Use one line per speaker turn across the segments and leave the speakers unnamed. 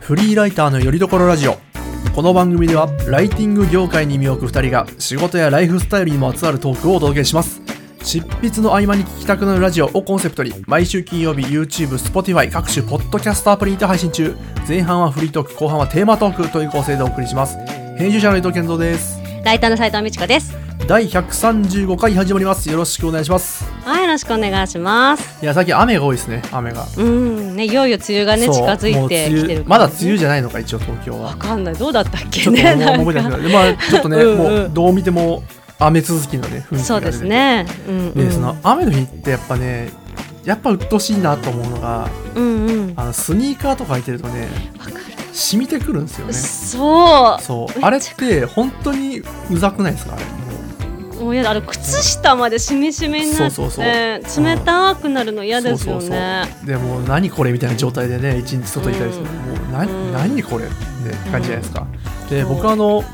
フリーライターのよりどころラジオこの番組ではライティング業界に身を置く2人が仕事やライフスタイルにもまつわるトークをお届けします執筆の合間に聞きたくなるラジオをコンセプトに毎週金曜日 YouTube、Spotify 各種ポッドキャストアプリにて配信中前半はフリートーク後半はテーマトークという構成でお送りします編集者の伊藤健三です
ライターの斉藤美智子です。
第135回始まりますよろしくお願いします
はい、よろしくお願いします。
いや最近雨が多いですね雨が
うん、ね、いよいよ梅雨がね、
そう
近づいて
もう
き
梅
て
雨
る。
まだ梅雨じゃないのか一応東京は
わかんない、どうだったっ
ち
け
ょっとも
ね。
う
なん
覚えてない
か
ですけどまあちょっとね
うん
も
うん
うどう見ても雨続きのね雰囲気が出てて
そうですね。うん、うん
でその雨の日ってやっぱねやっぱ鬱陶しいなと思うのが
うんうん。
あ
わ
のスニーカーとか履いてるとね
か
染みてくるんですよ
る。
ね
そ
そうあれって本当にうざくないですかあれ
う、もうやだ、あの靴下までしみしみになって、
そうそうそう
冷たくなるの嫌ですよね。
そうそうそうでもう何これみたいな状態でね一日外いたりする、
うん
もうな、
うん
何これって感じじゃないですか、で
そう
僕はあの、ま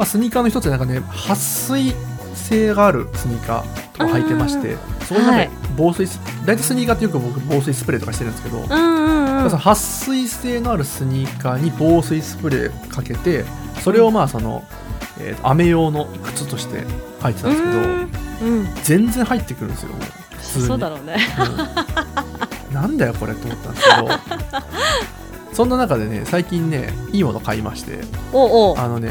あ、スニーカーの一つでなんかね撥水性があるスニーカーとか履いてましてそこになんか
はい
防水ス大体スニーカーってよく僕防水スプレーとかしてるんですけど、
うんうんうん。
その撥水性のあるスニーカーに防水スプレーかけてそれをまあその、えー雨用の靴として履いてたんですけど、
うんうん。
全然入ってくるんですよもう普通に
そうだろうね。
うんなんだよこれと思ったんですけどそんな中でね最近ねいいもの買いまして
おうおう。
あのね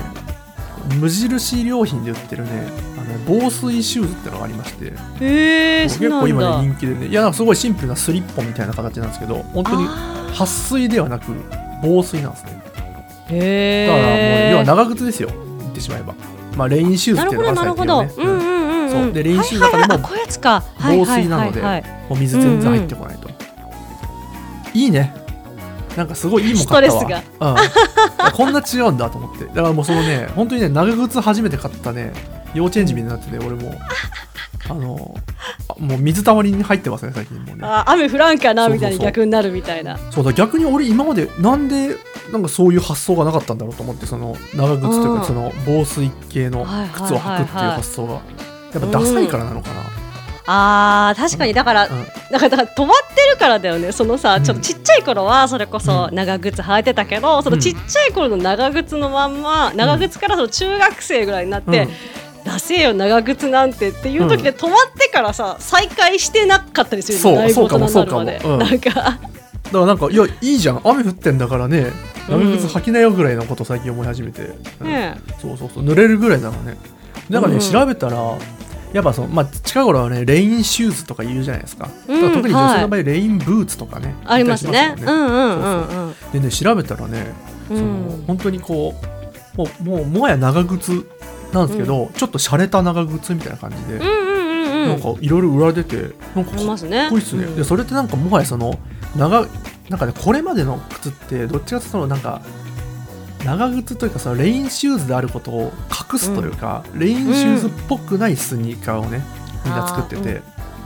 無印良品で売ってるねあの防水シューズってのがありまして、
へえ、そ
結
うな
構
んだ。
今ね人気でねいやなんかすごいシンプルなスリッポンみたいな形なんですけど本当に
あ
撥水ではなく防水なんですね
ーへ
だから
え。
もう要は長靴ですよ言ってしまえばまあレインシューズ
な
っ
る
てい
ほ
う
ど
の
なる
が
ほ
最近
ど。う
の
ん
ね
うんうん。
そうで練習
はいはい
型で
あ
も
こういうやつか。はい
防
はい
水な
は
の
い
で
はい
もう水全然入ってこないと、いいねなんかすごいいいもん買ったわ
ストレ
うんこんな違うんだと思ってだからもうそのね本当にね長靴初めて買ったね幼稚園児みたいになってて俺もあのあもう水たまりに入ってますね最近もうね
あ雨降らんかなみたい
そうそう
に
そう
逆になるみたいな。
そうだ逆に俺今までなんでなんかそういう発想がなかったんだろうと思ってその長靴という
う
か
ん
その防水系の靴を履くっていう発想がやっぱダサいからなのかな、
あー確かにだから、
うん
だからだから止まってるからだよねそのさ
うん
ちょっとちっちゃい頃はそれこそ
うん
長靴履いてたけど、そうの
ん
ちっちゃい頃の長靴のまんま長靴からその中学生ぐらいになって、出せよ長靴なんてっていう時で止まってからさ再開してなかったりする
そう
よね
そうかも
大人になるまで
そうかもうん
なんか
だからなんかいやいいじゃん雨降ってんだからね
う
長
ん
靴履きなよぐらいのことを最近思い始めて、うん
ね
そうそうそう濡れるぐらいなのねだからね、
うん
調べたらやっぱその、まあ、近頃はねレインシューズとか言うじゃないですか,、
うん
特に女性の場合、レインブーツとかね
ありますね
言ったりし
う
もん
んうんうんうん
でね調べたらね、
う
そ
ん
の本当にこうもうもうもはや長靴なんですけど、ちょっと洒落た長靴みたいな感じで、
うんうんうん
な
うんん
かいろいろ売られててなんかか
あり
っ
ますね
かっこいいっすね、
うん
でそれってなんかもはやその長なんかねこれまでの靴ってどっちかというとそのなんか長靴というかそのレインシューズであることを隠すというか、レインシューズっぽくないスニーカーをね、みんな作ってて、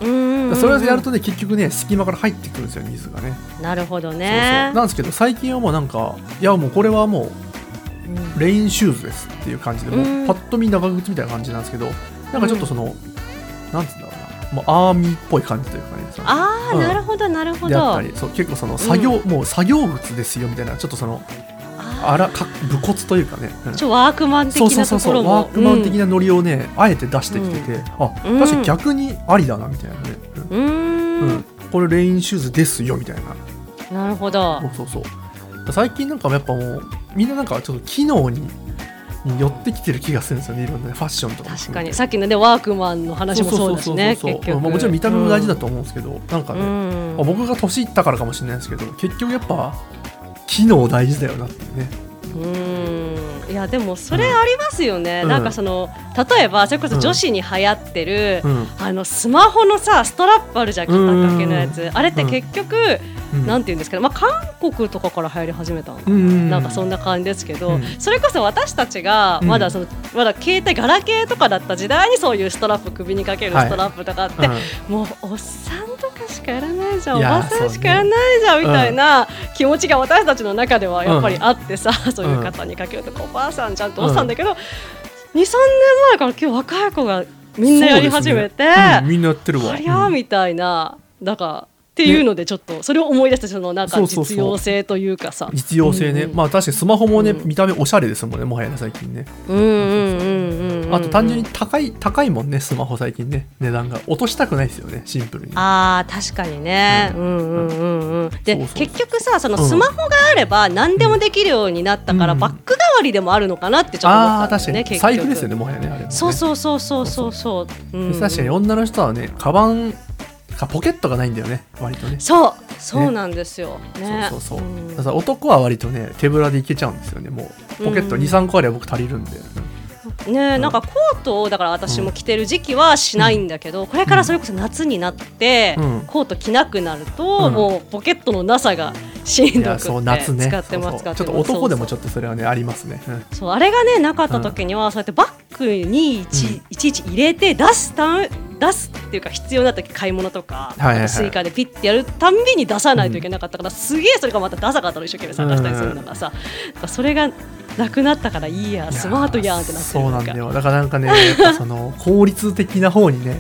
うんうんうん
それをやるとね結局ね隙間から入ってくるんですよ水がね
なるほど
そうそうな
ね
んですけど最近はもうなんかいやもうこれはも
うん
うレインシューズですっていう感じでもう
うん
パッと見長靴みたいな感じなんですけどなんかちょっとその、なんつうんだろうなもうアーミーっぽい感じというかねその
ああ、
うん
なるほどなるほ
であっ
ど
たりそう結構その作業、もう作業靴ですよみたいなちょっとそのあ
あ
らか武骨というかね、うん
ーちょワークマン的
そうそう
な
そ
と
う
こ
そ
ろ
う
も
ワークマン的なノリをね、あえて出してきてて、あ
うん
確かに逆にありだなみたいなね、
うん
うん
うー
うん
ん
これレインシューズですよみたいな
なるほど
そうそうそう最近なんかやっぱもうみんななんかちょっと機能にに寄ってきてる気がするんですよねいろんなねファッションとかも
確か
含め
に
て
さっきのねワークマンの話もそうだしね
そうそうそ
結
うそう
局
まあもちろん見た目も大事だ
と
と思うんですけど、なんか
う
ね、
ん
まあ僕が年いったからかもしれないですけど結局やっぱ機能大事だよなっていうね
うんいやでもそれありますよね
うん
なんかその例えばそれこそ女子に流行ってる
うん、
あのスマホのさストラップあるじゃん肩掛けのや
う
つあれって結局
うん、
なんて言うんですかねまあ韓国とかから流行り始めたの
うんうんうん
なんかそんな感じですけど、
うん
それこそ私たちが
うん
まだその、まだ携帯ガラケーとかだった時代にそういうストラップ首にかける
はい
ストラップとかあって、もうおっさんとかしかやらないじゃん
い
お
やー
ばさんしかやらないじゃん、みたいな気持ちが私たちの中ではやっぱりあってさ、そういう方にかけるとかおばあさんちゃんとおっさんだけど、23年前から今日若い子がみんなやり始めて、
うんみんなやってるわ
ありゃー
うん
みたいな。なんかっていうのでちょっとそれを思い出したそのなんか
そうそうそう
実用性というかさ
実用性ね、
うんうん
まあ確かにスマホもね、
うん
見た目おしゃれですもんねもはやね最近ね
うんうんうんうん
あと単純に高い高いもんねスマホ最近ね値段が落としたくないですよねシンプルに
あー確かにね、
う
うん、うんうんうんで
そうそうそう
結局さその
うん
スマホがあれば何でもできるようになったから、
うん
バッグ代わりでもあるのかなってちょっと思
ああ
っ
ー
たん
確
だ
か
よね
に
結局
財布ですよねもはやねあれもね
そうそうそうそうそうそう、うん
で確かに女の人はねカバンかポケットがないんだよね割とね
そうそうなんですよね
そうそうそう、
ん
だから男は割とね手ぶらでいけちゃうんですよねもうポケット
うん
23個あれば僕足り るんで、
ねなんかコートをだから私も着てる時期はしないんだけど、これからそれこそ夏になって、
うん
コート着なくなると、
うん
もうポケットのなさがしん
い
どく
や
って
そう夏ね
使ってます
そ
使
う
っ
そう
て
ち
ます
ょっと男でも
そう
ちょっとそれはねありますね、うん
そうあれがねなかった時には、そうやってバッグにいち,、
うん
いちいち入れて出すたん出すっていうか必要な時買い物とか、
はいはいはい
あとスイカでピッてやるたんびに出さないといけなかったから、すげえそれがまたダサかったの一生懸命探したりするのがさ、なんかそれがなくなったからいいやスマートやんってなってる
そうなん
か
だよだからなん かねやっぱその効率的な方にね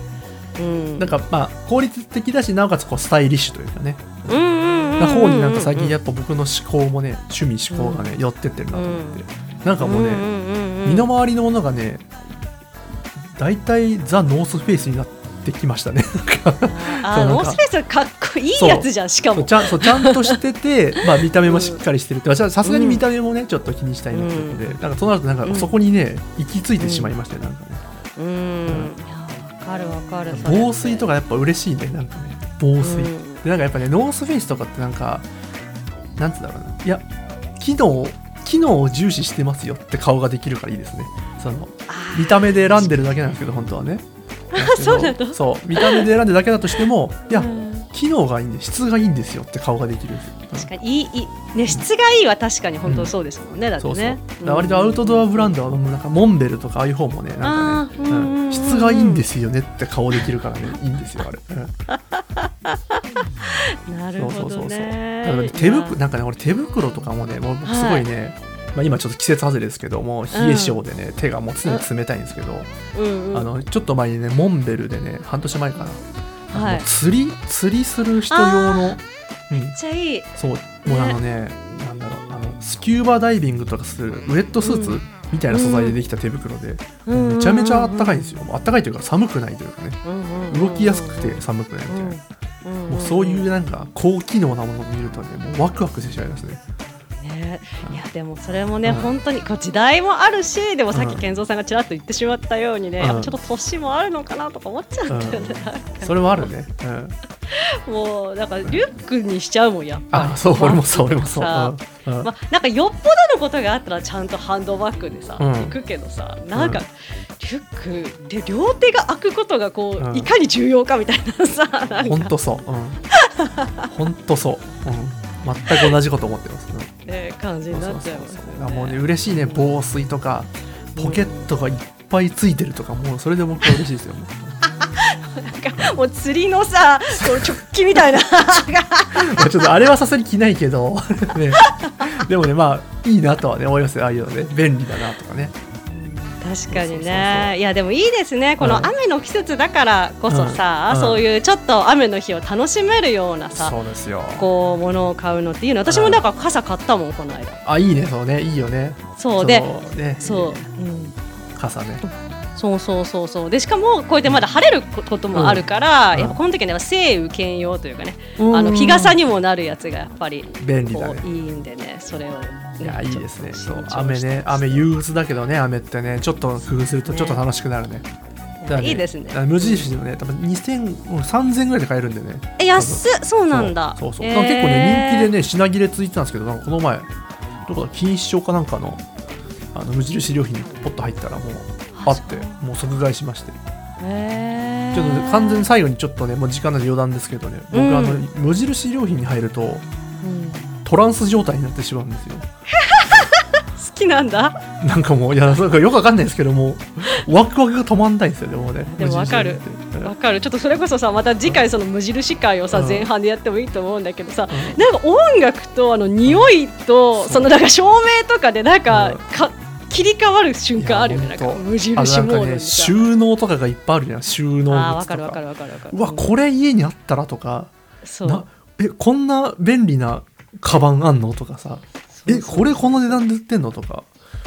うん
なんかまあ効率的だしなおかつこうスタイリッシュというかね、
うんうんうんうんうん
な方になんか最近やっぱ僕の思考もね趣味思考がね、寄ってってるなと思って、なんかもうね、
ね
身の回りのものがね大体ザ・ノースフェイスになってきましたね
あ
そうなんか
ーノースペースかっこいいやつじゃんしか
そう
も
ちゃんそうちゃんとしてて、 まあ、見た目もしっかりしてるってまあさすがに見た目もねちょっと気にしたいなってことで、なんかとなるとなん
う
か
ん
そこにね行き着いてしまいましたねなんかね
うんいやわかるわかる
防水と
か
かやっぱ嬉しいねなんかね防水、でなんかやっぱねノースフェイスとかってなんかなんつうんだろうないや機能機能を重視してますよって顔ができるからいいですねその見た目で選んでるだけなんですけど本当はねあ
そうなの
そう見た目で選んでるだけだとしてもいや、
うん
機能がいいんで質がいいんですよって顔ができるんですよ
確かにいいいいね質がいいは確かに本当そうですもんねだって
そうそう、
ね
だから割とアウトドアブランドはなんかモンベルとかああいう方もねなんかね、
あーうんうんうんうん
質がいいんですよねって顔できるからねいいんですよあれ、 うん
なる
そうそ
ほ
う
ど
そうそう
ね
だからね手
い
袋
や
なんかね俺手袋とかもねもうすごいね、まあ、今ちょっと季節外れですけども冷え性でね、手がもう常に冷たいんですけど、
うんうん
あのちょっと前にねモンベルでね半年前かな、あの
はいめっ
釣り釣りする人用の、うん、
ちゃいい
そうもうあのねなんだろうあのスキューバダイビングとかするウェットスーツ、
うん
みたいな素材でできた手袋で、
うんうんうん
めちゃめちゃあったかいんですよあったかいというか寒くないというかね
うんうんうんうん
動きやすくて寒くないみたいな、
うんんん
もうそういうなんか高機能なものを見るとねもうワクワクしてしまいますね
ね、いやでもそれもね、
うん
本当にこう時代もあるしでもさっ
う
き
ん
健三さんがちらっと言ってしまったようにね、
うん
やっぱちょっと年もあるのかなとか思っちゃったよね、
それもあるね、うん、
もうなんかリュックにしちゃうもんやっぱり
あそう俺もそう俺もそう、
さ
うんうん
まあ、なんかよっぽどのことがあったらちゃんとハンドバッグでさ、
うん
行くけどさなんか、
うん
リュックで両手が開くことがこう、
うん
いかに重要かみたいなさなん
ほん
か、
とそう、うん、ほんとそう、うん、全く同じこと思ってます、うん
ね、感じになっちゃいますよ
そうそうそうあもうね
ね。
嬉しいね防水とかポケットがいっぱいついてるとかもうそれで僕は嬉しいですよ
なんかもう釣りのさこう直帰みたいな
まあちょっとあれはさすがに着ないけど、 ね、でもねまあいいなとはね思いますよああいうのね便利だなとかねそうそ
確かに
うそうそ
ねいやでもいいですねこ
う
の
ん
雨の季節だからこそさ、
うん
そういうちょっと雨の日を楽しめるようなさ
そうですよ
こう物を買うのっていうの私もなんか傘買ったもんこの間
あいいねそうねいいよね
そうで
のね
そう、
いいね
うん、
傘ね
そうそうそうそうでしかもこうやってまだ晴れることもあるから、
うん
やっぱこの時には晴雨兼用というかね、あの日傘にもなるやつがやっぱり
便利だ
こう
ね
いいんでねそれをね、
いやいいですね
ち
そ
ょっ
う
と
雨ね雨憂鬱だけどね雨ってねちょっと工夫すると
ね
ちょっと楽しくなるねだから
いいですね
だから無印でもね多分2000もう3000ぐらいで買えるんでね
え安っそうなんだ
そうそう
へー
なんか結構ね人気でね品切れついてたんですけどなんかこの前どこだ錦糸町かなんかのあの無印良品にポッと入ったらもうあってもう即買いしまして
へー
ちょっとね完全に最後にちょっとねもう時間なんで余談ですけどね僕、
うん
あの無印良品に入ると
うん
トランス状態になってしまうんですよ
好きなんだ
なんかもういやなんかよくわかんないですけどもうワクワクが止まんないんですよねもうね
でもわかる
無印良品って
わかるちょっとそれこそさまた次回その無印会をさ
うん
前半でやってもいいと思うんだけどさ
うん
なんか音楽とあの匂いと
そう
そのなんか照明とかでなん
うん
かか切り替わる瞬間あるよね
い
な
や
んか
ほんと
無
あ
印
な
モ
ん
ード
か
みたい
ね
な
収納とかがいっぱいあるじゃん収納
あー
グッズと
わかるわかるわかるわかる
うわこれ家にあったらとか
そう
なえこんな便利なカバンあんのとかさえこれこの値段で売ってんのとか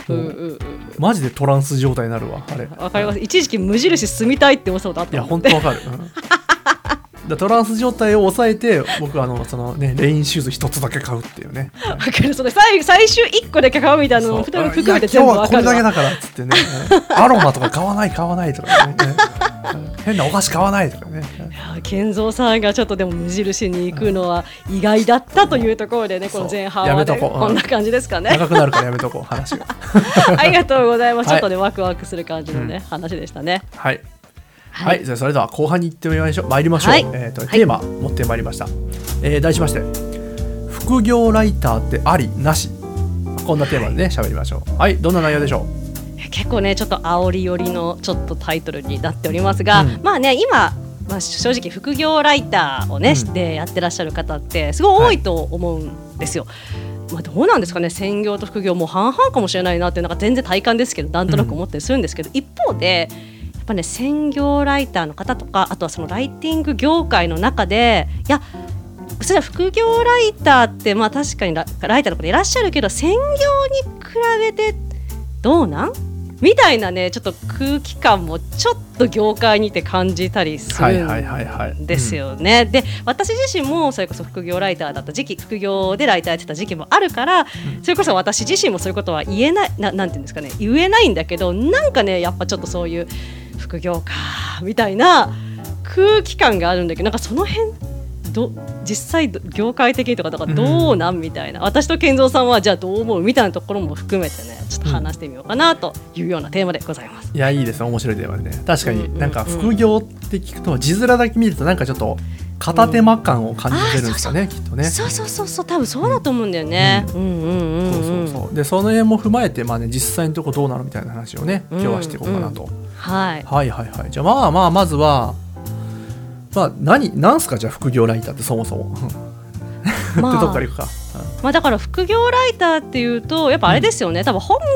う
も
んう
うん
うん
マジでトランス状態になるわあれ
わかります一時期無印住みたいって思ってたことあっ
い
た
や
もん
本
ね
当わかる、うん、だからトランス状態を抑えて僕あのそのねレインシューズ一つだけ買うっていうね
わかるそれ最最終一個で買うみたいなの
そ
も
う
含め
いや今
て
日
全部わ
はこ
か
れ
る
だけ
わ
だからっつってねうんアロマとか買わない買わないとかねうん変なお菓子買わないとかね
いや健三さんがちょっとでも無印に行くのは意外だったというところでねこの前
そ
半
うやめ
は
と
ね
こううん
こんな感じですかね
長くなるからやめとこう話が
ありがとうございます
は
ち
い
ょっとねワクワクする感じのね話でしたね
はいは
はい
い、じゃあそれでは後半に行ってみましょう参りましょう、
はい
えーとテーマ持ってまいりました、えー題しまして「副業ライターってありなし」こんなテーマでね喋りましょうはいどんな内容でしょ
結構ねちょっと煽り寄りのちょっとタイトルになっておりますが、
うん
まあね今、まあ、正直副業ライターを
う
ね、
ん
してやってらっしゃる方ってすごい多いと思うんですよ。まあ、どうなんですかね専業と副業もう半々かもしれないなってなんか全然体感ですけどなんとなく思ったりするんですけど、一方でやっぱね専業ライターの方とかあとはそのライティング業界の中でいやそれは副業ライターってまあ確かにラライターの方いらっしゃるけど専業に比べてどうなんみたいなねちょっと空気感もちょっと業界にて感じたり
う
す
は
る
い
ん
はいはいはい
です、よね。で私自身もそれこそ副業ライターだった時期副業でライターやってた時期もあるから、
ん
それこそ私自身もそういうことは言えないななんていうんですかね言えないんだけどなんかねやっぱちょっとそういう副業かみたいな空気感があるんだけどなんかその辺ど実際ど業界的にとかだからどうなんみたいな、私と健三さんはじゃあどう思うみたいなところも含めてねちょっと話してみようかなというようなテーマでございます。
うんいやいいですね面白いテーマでね確か
うんうんう
に
ん
なんか副業って聞くと字面だけ見るとなんかちょっと片手間感を感じてるんですかね、きっとね
そうそうそうそう多分そうだと思うんだよね。うんうんうん、うん、
そうそうそうでその辺も踏まえてまあね実際のとこどうなのみたいな話をね今日はしていこうかなと、
はい。
はいはいはいじゃあまあまあまずはまあ何なんすかじゃあ副業ライターってそもそも
ま
って
あ
とこからいくか、
まあだから副業ライターっていうとやっぱあれですよね、多分本業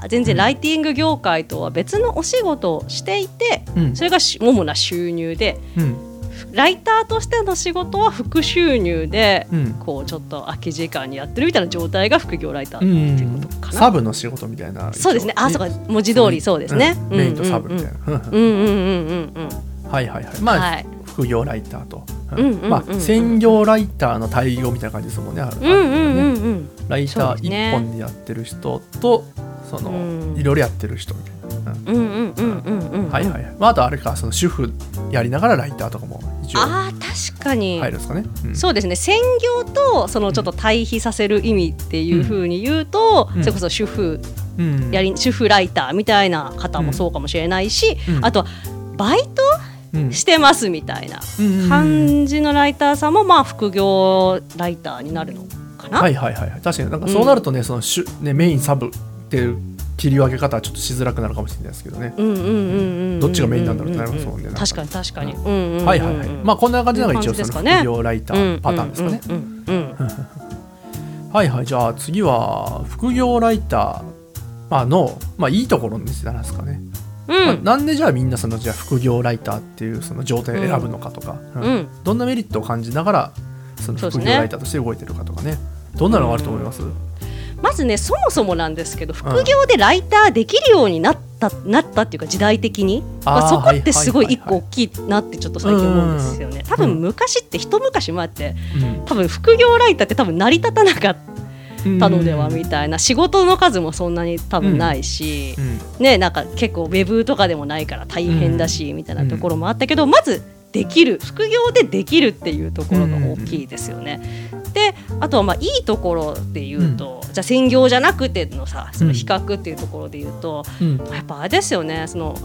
は全然ライティング業界とは別のお仕事をしていて
うんうん
それがし主な収入で
うん
ライターとしての仕事は副収入で
うん
こうちょっと空き時間にやってるみたいな状態が副業ライターっていうことかな、
サブの仕事みたいな
そうですねあそうか
ね
文字通りそうですね、
うんメインとサブみたい
な
な、
うんうんうんうんうん
はいはいはいまあ、
はい
副業ライターと、
うんうんうん
まあ専業ライターの対応みたいな感じですもんねある
うんうんうんうん
ライタ
そ
ー
うです
一
ね
本でやってる人とそ
うん
のいろいろやってる人みたいな、うん
うんうんうんうんうん
はいはいはい、まあ、あとあれかその主婦やりながらライターとかも一応
あー確かに、
入るんですかね、うん
そうですね専業とそのちょっと対比させる意味っていうふうに言うと、
うん
それこそ主婦
うん
やり主婦ライターみたいな方もそうかもしれないし、
うん
あとはバイト
うん
してますみたいな感じのライターさんもまあ副業ライターになるのかな。
はいはいはいはい確かになんかそうなるとね、その主ねメインサブっていう切り分け方はちょっとしづらくなるかもしれないですけどね、
うんうんうんうんうん
どっちがメインなんだろうってなりますもんねなんか
確かに確かに。うんうんうんうん
はいはいはいまあこんな感じなのが一応
そう
そ
い
う
感じです
の
かね
副業ライターパターンですかね、
うんうんうんうんうん
はいはいじゃあ次は副業ライターまあの、まあ、いいところについてなんですかね、
うん
まあなんでじゃあみんなそのじゃあ副業ライターっていうその状態を選ぶのかとか、うん
うん
どんなメリットを感じながらその
そうです
副業
ね
ライターとして動いてるかとかねどんなのがあると思います、
まずねそもそもなんですけど副業でライターできるようになった、なったっていうか時代的に、ま
あー
あ、そこってすごい
はい
一
はいはい
個大きいなってちょっと最近思うんですよね。多分昔って一昔前って多分副業ライターって多分成り立たなかっ
うん
たのではみたいな仕事の数もそんなに多分ないし、
うん
ねなんか結構ウェブとかでもないから大変だし、みたいなところもあったけど、まずできる副業でできるっていうところが大きいですよね。であとはまあいいところで言うと、じゃあ専業じゃなくてのさその比較っていうところで言うと、
うん
やっぱあれですよねその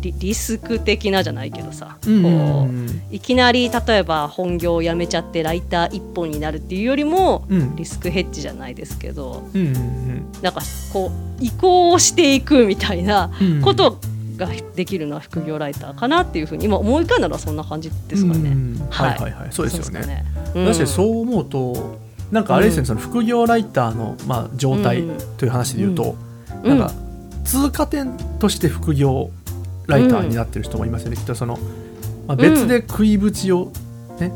リリスク的なじゃないけどさ、
うん
こういきなり例えば本業を辞めちゃってライター一本になるっていうよりも、
うん
リスクヘッジじゃないですけど
うんうん
なんかこう移行をしていくみたいな。
うんうん
ことができるのは副業ライターかなっていうふうに今思い浮かんだのはそんな感じですか
う
ね。
んは
はいい
はいはい、そうですよね。
うん
確かにそう思うと、なんかあれですね、
うん
その副業ライターのまあ状態
うん
という話で言うと、
うん
なんか通過点として副業ライターになってる人もいますよね。きっとそのまあ別で食いぶちをね、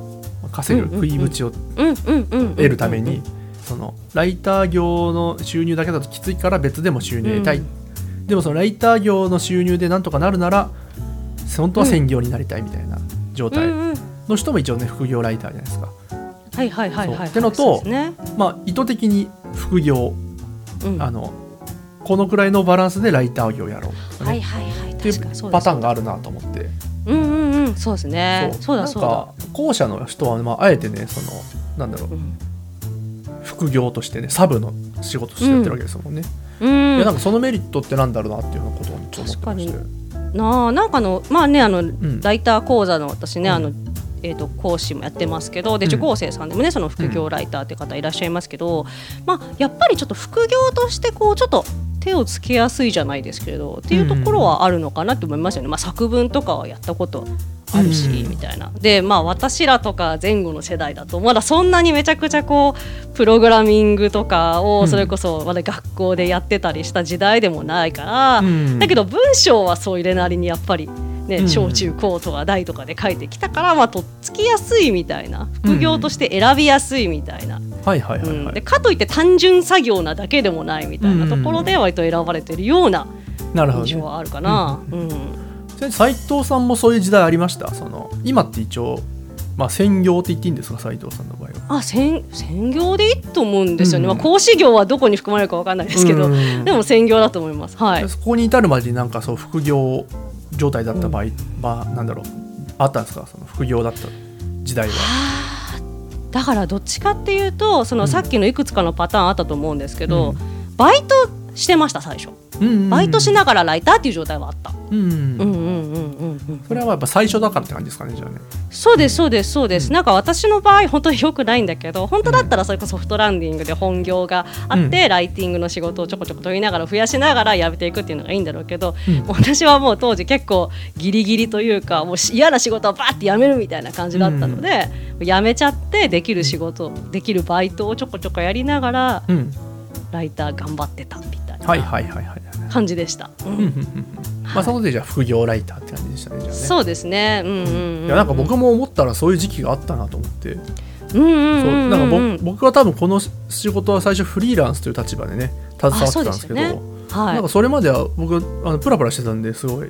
稼ぐ
うんうんうん
食いぶちを
うんうんうんうん
得るためにそのライター業の収入だけだときついから別でも収入を得たい、
う
でもそのライター業の収入でなんとかなるなら本当は専業になりたいみたいな状
うん
態
うん
の人も一応ね副業ライターじゃないですか、
はいはいはいはい
そう
はい
ってのと
そうですね
まあ意図的に副業
うん
あのこのくらいのバランスでライター業やろうとかね、
はいはいはい
ってい
確かにそううで
パ
す
ターンがあるなと思って
うんうんうんそうですねそうだそうだ
なんか後者の人は、まあ、あえてねそのなんだろう
うん
副業としてねサブの仕事としてやってるわけですもんね、
うん
いやなんかそのメリットってなんだろうなっていうようなことをちょっと思ってまして
確なあなんかあのまあねあの、
ん
ライター講座の私ね、
うん
あのえー、と講師もやってますけどで
うん
受講生さんでもねその副業ライターって方いらっしゃいますけど、まあ、やっぱりちょっと副業としてこうちょっと手をつけやすいじゃないですけれどっていうところはあるのかなと思いますよね、まあ、作文とかはやったことあるし、
うん
みたいなでまあ私らとか前後の世代だとまだそんなにめちゃくちゃこうプログラミングとか
う
を
ん
それこそまだ学校でやってたりした時代でもないから、
うん
だけど文章はそう入れなりにやっぱり、ね
うん
小中高とか大とかで書いてきたから、まあ、とっつきやすいみたいな副業として選びやすいみたいな、
はいはいは
う
い
ん
はい、
でかといって単純作業なだけでもないみたいなところで割と選ばれてるような
なるほど、
印象
ね、
はあるかな。うん
斉藤さんもそういう時代ありましたその今って一応、まあ、専業って言っていいんですか斉藤さんの場合は。
あ専専業でいいと思うんですよね、
うん
まあ、講師業はどこに含まれるかわかんないですけど、
うん
でも専業だと思います。はい、
そこに至るまでになんかそう副業状態だった場合、まあなんだろうあったんですかその副業だった時代は。
はあだからどっちかっていうとそのさっきのいくつかのパターンあったと思うんですけど、
うん
バイトしてました最初バイトしながらライターっていう状態はあった、
うんうん
うんうんうんうんうん、
それはやっぱ最初だからって感じですかねじゃあね。
そうですそうですそうです、
うん
なんか私の場合本当に良くないんだけど本当だったらそれこそソフトランディングで本業があって、ライティングの仕事をちょこちょこ取りながら増やしながらやめていくっていうのがいいんだろうけど、
うん
私はもう当時結構ギリギリというかもうし嫌な仕事をバーって辞めるみたいな感じだったので、辞めちゃってできる仕事できるバイトをちょこちょこやりながら
うん、
ライター頑張ってたみたい
はい
な
はいはいはい。
感じでした。うん
うんうんうんまあその時じゃあ副業ライターって感じでしたねじゃあね。
そうですね。うんうん、うん。
いやなんか僕も思ったらそういう時期があったなと思って、
うんうんうん、
そううんなんか僕僕は多分この仕事は最初フリーランスという立場でね携わっ
あ、
て
そ
た
うん
で
ですす
け
よ
ど
ね。は
ないんか。それまでは僕あのプラプラしてたんですごい、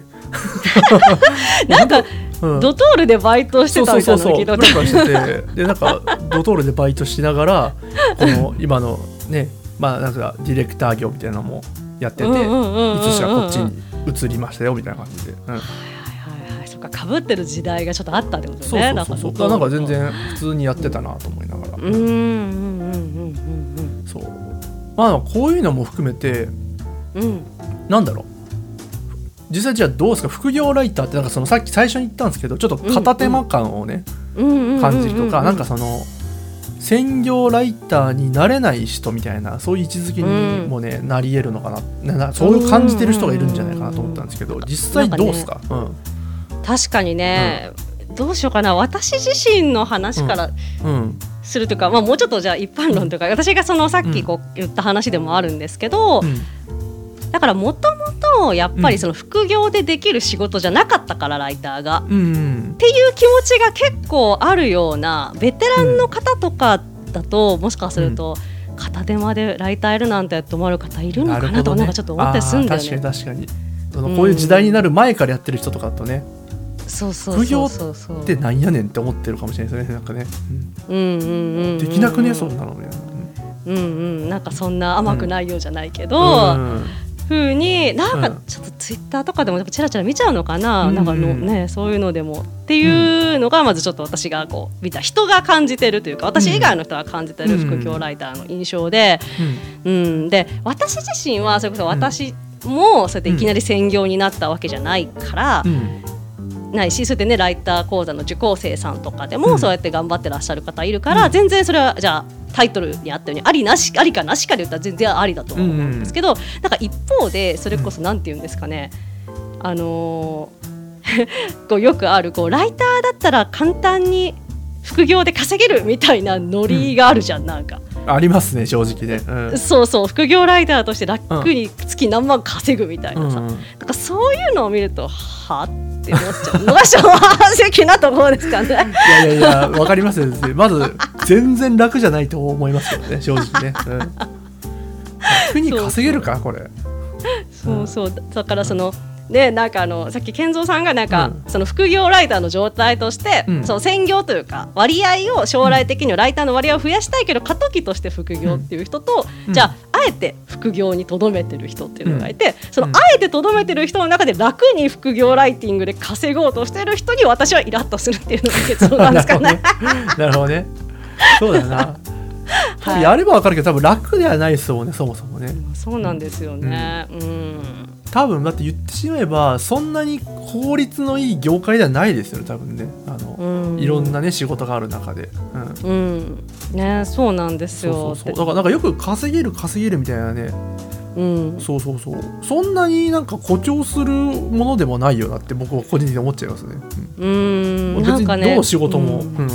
なんか
うん、
ドトールでバイトしてたみたいなの聞いた
プラ
ことあ
プラ
る
しててでなんかドトールでバイトしながらこの今のねまあなんかディレクター業みたいなのもやってて、
うんうんうんうんうん
いつしかこっちに移りましたよみたいな感じで、うん
はいはいはいそっか被ってる時代がちょっとあったってことね
そうそうそうそうだからな
なん
か全
んか
然普通にやってたなと思いながら、
うんうんうんうん
そうまあこういうのも含めて
うんうん
なんだろう実際じゃあどうですか副業ライターってなんかそのさっき最初に言ったんですけどちょっと片手間感をね、
うんうんうんうん
感じるとか、なんかその専業ライターになれない人みたいなそういう位置づけにもね、なり得るのかなななそういう感じてる人がいるんじゃないかなと思ったんですけど実際どうですか
確かにね、どうしようかな私自身の話から
うんうん
するというか、まあ、もうちょっとじゃあ一般論というか私がそのさっきこう言った話でもあるんですけど、だからもともとやっぱりその副業でできる仕事じゃなかったからライターが。
うんうん
っていう気持ちが結構あるようなベテランの方とかだと、もしかすると、片手間でライターやるなんてって思われる方いるのかなとかなんかちょっと思ったりするんだよ
あー
ね。
確かに確かにそのこういう時代になる前からやってる人とかだとね、
そうそうそうそうそう。
でなんやねんって思ってるかもしれないですねなんかね、うん
うんうんうんうん
できなくねそんなのみたいな。
うんうんなんかそんな甘くないようじゃないけ
う
ど、
んうん
ふうになん
う
か
ん
ちょっとツイッターとかでもやっぱチラチラ見ちゃうのかな、
うん
なんかのねそういうのでもっていうのがまずちょっと私がこう見た人が感じてるというか私以外の人が感じてる副業ライターの印象で、うん、で私自身はそれこそ私もそうやっていきなり専業になったわけじゃないから
う、ん
ないしそれでねライター講座の受講生さんとかで
うん
もそうやって頑張ってらっしゃる方いるから、
うん
全然それはじゃあタイトルにあったようにありなしありかなしかで言ったら全然ありだとは思うんですけど、なんか一方でそれこそなんて言うんですかね、あのー こうよくあるこうライターだったら簡単に副業で稼げるみたいなノリがあるじゃん、なんか。
ありますね正直ね、うん
そうそう副業ライターとして楽に月何万稼ぐみたいなさ、
うん
なんかそういうのを見るとはってなっちゃうのが正直なところですかね。
いやいやいや、わかりますよ。まず、全然楽じゃないと思いますけどね、正直ね。うん、楽に稼げるか、これ。
そうそうだからそのねなんかあのさっき健三さんがなんか、
うん
その副業ライターの状態として、
うん
その専業というか割合を将来的にはライターの割合を増やしたいけど過渡期として副業っていう人と、
うん
じゃああえて副業にとどめてる人っていうのがいて、その
うん
あえてとどめてる人の中で楽に副業ライティングで稼ごうとしてる人に私はイラッとするっていうのが結論なんですかね。
なるほどね。そうだ よな。多分
はい
やればわかるけど、多分楽ではないですもんね、そもそもね。
そうなんですよね。うん
多分、だって言ってしまえば、そんなに効率のいい業界ではないですよね、多分ね。あの、
うん
いろんなね、仕事がある中で。うん。
うんねそうなんです
そうそ
よ
うそうだからなんかよく稼げる稼げるみたいなね
ってうん
そうそうそうそんなになんか誇張するものでもないよなって僕は個人的に思っちゃいますね、うん
うん
別
なんかね
にどう仕事も、
うん
うん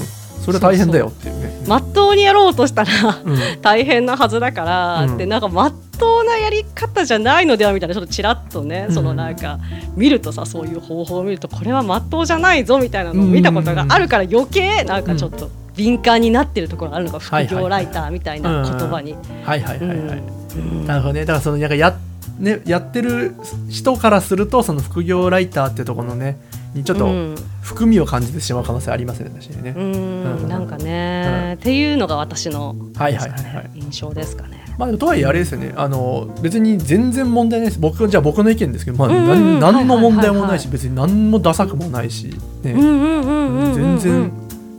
それは大変だよっていうね
まっとうにやろうとしたら
うん
大変なはずだから、
うん
でなんかまっとうなやり方じゃないのではみたいなちょっとちらっとね、
うん
そのなんか見るとさそういう方法を見るとこれはまっとうじゃないぞみたいなのを見たことがあるから余計なんかちょっと敏感になってるところがあるのが
はい
副
はい
業ライターみたいな言葉に。
はいはいはいはい、
うん
なるほどねだからそのなんかや,、ね、やってる人からするとその副業ライターってところのねにちょっ
う
と
ん
含みを感じてしまう可能性ありますね確かにね、
うん
うん
なんかね、っていうのが私の
はいはいはいはい
印象ですかね。
まあ、でもとはいえあれですよねあの別に全然問題ないです僕じゃあ僕の意見ですけど、まあ
うんうん
なん何の問題も
はいはいはいは
ないいし別に何もダサくもないし、ね
うんうんうんうんうんうん
全然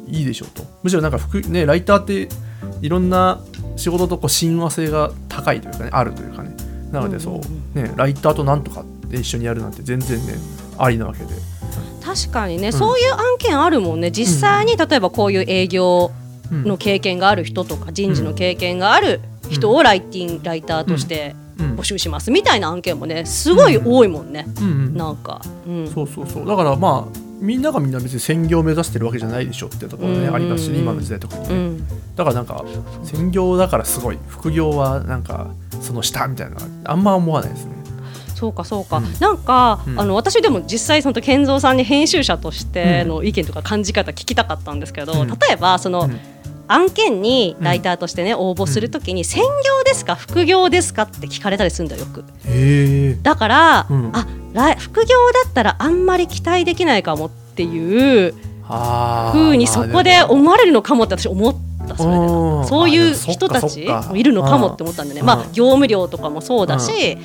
いいでしょうとむしろなんか服、ね、ライターっていろんな仕事とこう親和性が高いというかねあるというかねなのでそう
うんうん、
ね、ライターとなんとかで一緒にやるなんて全然ねありなわけで
確かにね、
ん
そういう案件あるもんね実際に例えばこういう営業
うん
の経験がある人とか人事の経験がある人をライティン、ライターとして
うん
募集しますみたいな案件もねすごい多いもんね、
うんうん
なんか、うん、
そうそうそうだからまあみんながみんな別に専業を目指してるわけじゃないでしょってところね、
うんうん
ありますし、ね、今の時代特にね、
うん
だからなんか専業だからすごい副業はなんかその下みたいなあんま思わないですね。
そうかそうか、
うん
なんか、
うん
あの私でも実際その健三さんに編集者としての意見とか感じ方聞きたかったんですけど、
うん
例えばその、
うん
案件にライターとしてね、応募するときに専業ですか副業ですかって聞かれたりするんだよよく
へえ。
だから、
うん
あら副業だったらあんまり期待できないかもっていう
ああ。
ふうにそこで思われるのかもって私思ったそれで
うん
そういう
あ
人たち
そっかそっか
もいるのかもって思ったんでね
うん
まあ
うん
業務量とかもそうだし、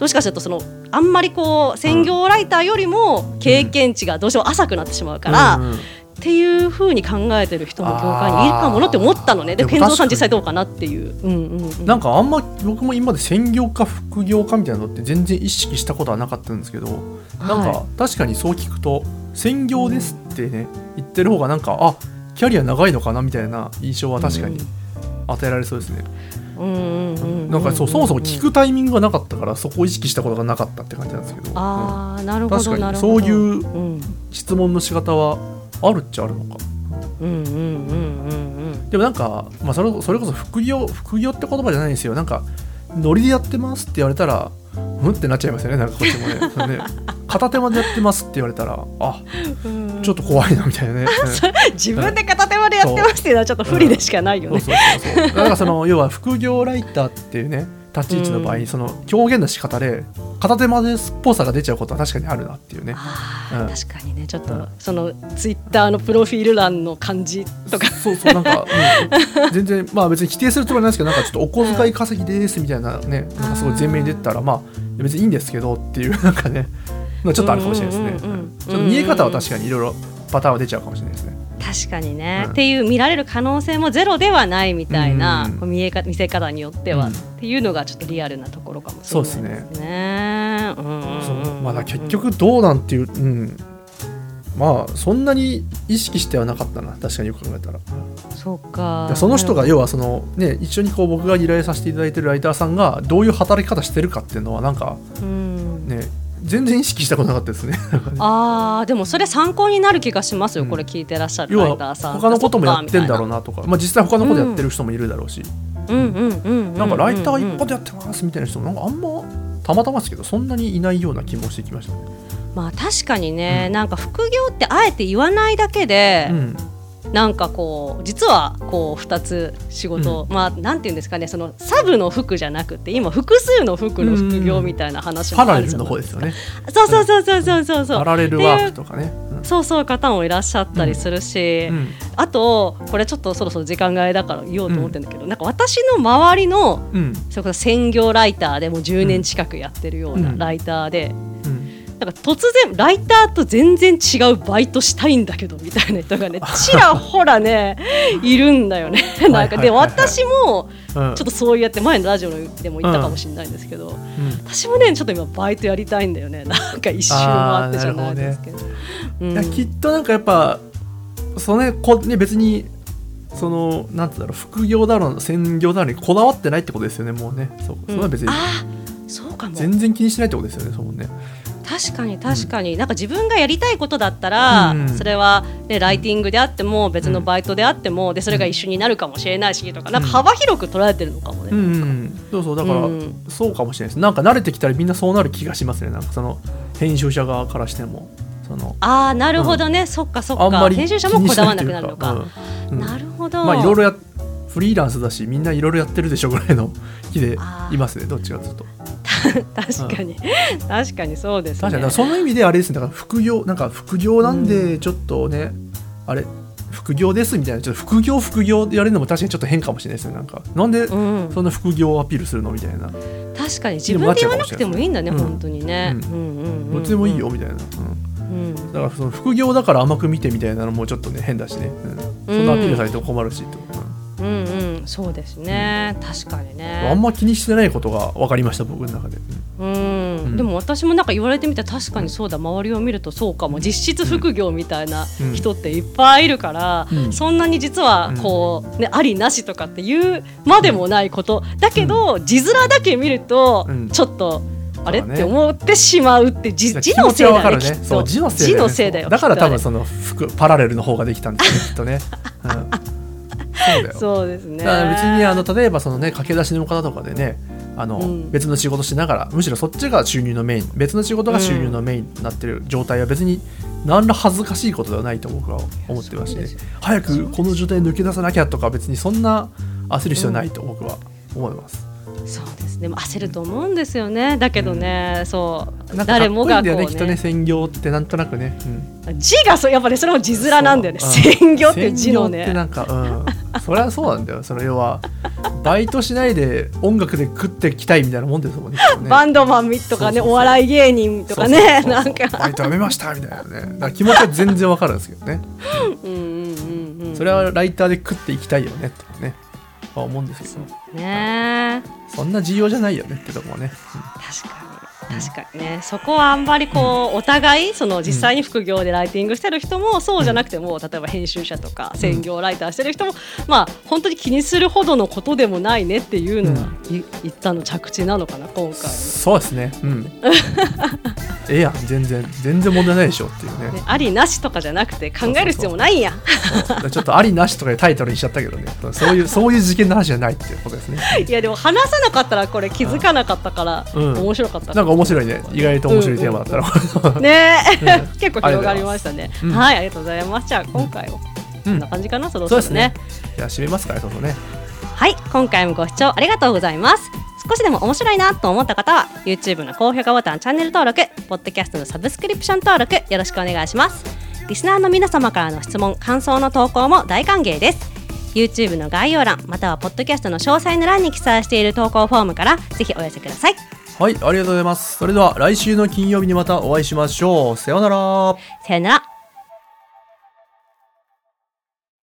もしかするとそのあんまりこう専業ライターよりも経験値がどうしても浅くなってしまうから、
うんうん
っていうふうに考えてる人も業界にいるかもなって思ったのねで
あー
健三さん
で
実
も確かに
際どうかなっていう。うんうんうん
なんかあんま僕も今まで専業か副業かみたいなのって全然意識したことはなかったんですけどなん
は
か確かにそう聞くと専業ですってね言ってる方がなんかあキャリア長いのかなみたいな印象は確かに与えられそうですね。
うんうんうう
なんかそうそもそも聞くタイミングがなかったからそこを意識したことがなかったって感じなんですけど、うん
ああなるほど
確
な
か
る
にそ
ほど
ういう
うん
質問の仕方はあるっちゃあるのか
うんうんうんうんうん
でもなんか、まあ、それそれこそ副業副業って言葉じゃないんですよなんかノリでやってますって言われたらうんってなっちゃいますよねなんかこっちもねそう ね片手間でやってますって言われたらあ
うん
ちょっと怖いなみたいなね。うん
自分で片手までやってますっていうのはちょっと不利でしかないよ
そう
ね。
そうそうそうだからその要は副業ライターっていうね立ち位置の場合、
うん
その表現の仕方で片手間ですっぽさが出ちゃうことは確かにあるなっていうね
あ
う
ー
ん
確かにねちょっと、
うん
そのツイッターのプロフィール欄の感じとか
そうそうなんか、うん全然まあ別に否定するつもりはないですけどなんかちょっとお小遣い稼ぎですみたいなねなんかすごい前面に出てたらまあ別にいいんですけどっていう なんかねのちょっとあるかもしれないですね
うんうんうんうん
うんちょっと見え方は確かにいろいろパターンは出ちゃうかもしれないですね
確かにね、
うん
っていう見られる可能性もゼロではないみたいな、
うん
こう見えか見せ方によっては、
うん
っていうのがちょっとリアルなところかもしれないですね。
そう
ですね。うん
そうまあだから結局どうなんていううんまあそんなに意識してはなかったな確かによく考えたら
そうか
でその人が要はそのね一緒にこう僕が依頼させていただいてるライターさんがどういう働き方してるかっていうのはなんか
うん
ね全然意識したことなかったですねなんかね
あーでもそれ参考になる気がしますよ、これ聞いてらっしゃる
要
ライ
は
ターさん
他のこともやってんだろう
う
なとかまあ、実際他のことやってる人もいるだろうし、
うんうんうんうんうん
なんかライター一発やってますみたいな人もなんかあんまたまたまですけどそんなにいないような気もしてきましたね。
まあ確かにね、
うん
なんか副業ってあえて言わないだけで
う、ん、
なんかこう実はこう2つ仕事、まあなんていうんですかねそのサブの服じゃなくて今複数の服の副業みたいな話も
パラ
あ
レル
るじゃな
の
い
方
で
ですす
か
よね。
そうそうそうそうそうそうそ
パ
う
ラレルワークとかね。うん
そうそう方もいらっしゃったりするし、
うん
あとこれちょっとそろそろ時間外だから言おうと思ってるんだけど、なんか私の周りの
うん
それこそ専業ライターでもう10年近くやってるようなライターで、
うん
なんか突然ライターと全然違うバイトしたいんだけどみたいな人が ねちらほらねいるんだよね。
い
なんかで
はいはいはい
私も
うん
ちょっとそうやって前のラジオでも言ったかもしれないんですけど、
うん
私もねちょっと今バイトやりたいんだよねなんか一周回ってじゃないですけど。うん
いやきっとなんかやっぱそのねこね別にそのなんて言うんだろう副業だろう専業だろうにこだわってないってことですよねもうねそうそれは別に
あーそうかも
全然気にしてないってことですよねそのね
確かに確かに、なんか自分がやりたいことだったら、
うん
それは、ね、ライティングであっても別のバイトであっても、でそれが一緒になるかもしれないしとかなんか幅広く捉えてるのかもね。
うん、うん、そうそうだから、
うん
そうかもしれないですなんか慣れてきたらみんなそうなる気がしますねなんかその編集者側からしてもその
ああなるほどね、そっかそ
あ
っ
んま
か
り
編集者もこだわらなくなるのか、
気にしないっていうかうんうん
なるほど、
まあいろいろやフリーランスだしみんないろいろやってるでしょぐらいの気で
あー
いますねどっちかずっと
確かに、確かにそうです
確
ね
かにだからその意味であれですねだから副業なんか副業なんでちょっとね、あれ副業ですみたいなちょっと副業副業でやるのも確かにちょっと変かもしれないですねなんかなんで
うん、
そんな副業をアピールするのみたいな、
確かに自分で言わなくてもいいんだね、
うん
本当にね、
う
うんうんうん
どっちでもいいよみたいな、うん
うん
だからその副業だから甘く見てみたいなのもちょっとね変だしね、うん、そんなアピールされても困るしと、うん
うんうんそうですね、確かにね
あんま気にしてないことが分かりました僕の中で、うん
うん
うん
でも私もなんか言われてみたら確かにそうだ周りを見るとそうかも実質副業みたいな
うん
人っていっぱいいるから、
うん
そんなに実はこう、ね、ありなしとかっていうまでもないことだけど字面だけ見ると
うん
ちょっと。あれ、
そうだね
って思ってしまうって字字
気
の
持ち
せい
は分
だ
か
よ
る
ねきっ
ね
と
そう字のせいだ
字
よ
の
ね
せいだよ
だから多分
きっ
その副パラレルの方ができたんですよねきっとね、 うん、そうだよ
とそうですね
だから別にあの例えばそのね駆け出しの方とかでねあの、
うん
別の仕事しながらむしろそっちが収入のメイン別の仕事が収入のメインになってる状態は別に何ら恥ずかしいことではないと僕は思ってますし、
いやそうで
ね
すよ、
早くこの状態抜け出さなきゃとか別にそんな焦る必要ないと僕は思います。
そうですね焦ると思うんですよねだけどね、そう
なんかかっ
誰も
こいい
が
ん
こ
だ
う
よねきっとね専業ってなんとなくね。うん
字がそうやっぱりそれも字面なんだよね
そう
専業っていう字の
専業
ね
ってなんか、うん、それはそうなんだよ。その要はバイトしないで音楽で食ってきたいみたいなもんですもんね。きっとね
バンドマンみとかね
そうそうそう
お笑い芸人とか
そ
ね
うそう
な
そ
ん
うそう
か
バイト辞めましたみたいなねだから気持ちは全然わかるんですけどね
うんうんうんうん
それはライターで食っていきたいよねってね、まあ、思うんですけ
そ
ど
うね
そんな重要じゃないよねってとこはね、
確かに確かにねそこはあんまりこうお互いその実際に副業でライティングしてる人もそうじゃなくても例えば編集者とか専業ライターしてる人もまあ本当に気にするほどのことでもないねっていうのがい一旦の着地なのかな今
うん
回
そうですねうん ええやん全然全然問題ないでしょっていうね
ねありなしとかじゃなくて考える必要もないんや
ちょっとありなしとかいうタイトルにしちゃったけどねそういうそういう事件の話じゃないっていうことですね
いやでも話さなかったらこれ気づかなかったから
うん
面白かった
なんか面白いね意外と面白いテーマだったら、
ねえ 結構広がりましたね
うん
はいありがとうございました今回はこんな
うん
感じかなそろそ
そう
ろ
です
ね
ねじゃあ締めますかねそうそうね
はい今回もご視聴ありがとうございます少しでも面白いなと思った方は YouTube の高評価ボタンチャンネル登録ポッドキャストのサブスクリプション登録よろしくお願いしますリスナーの皆様からの質問感想の投稿も大歓迎です YouTube の概要欄またはポッドキャストの詳細の欄に記載している投稿フォームからぜひお寄せください
はいありがとうございますそれでは来週の金曜日にまたお会いしましょうさようなら
さよなら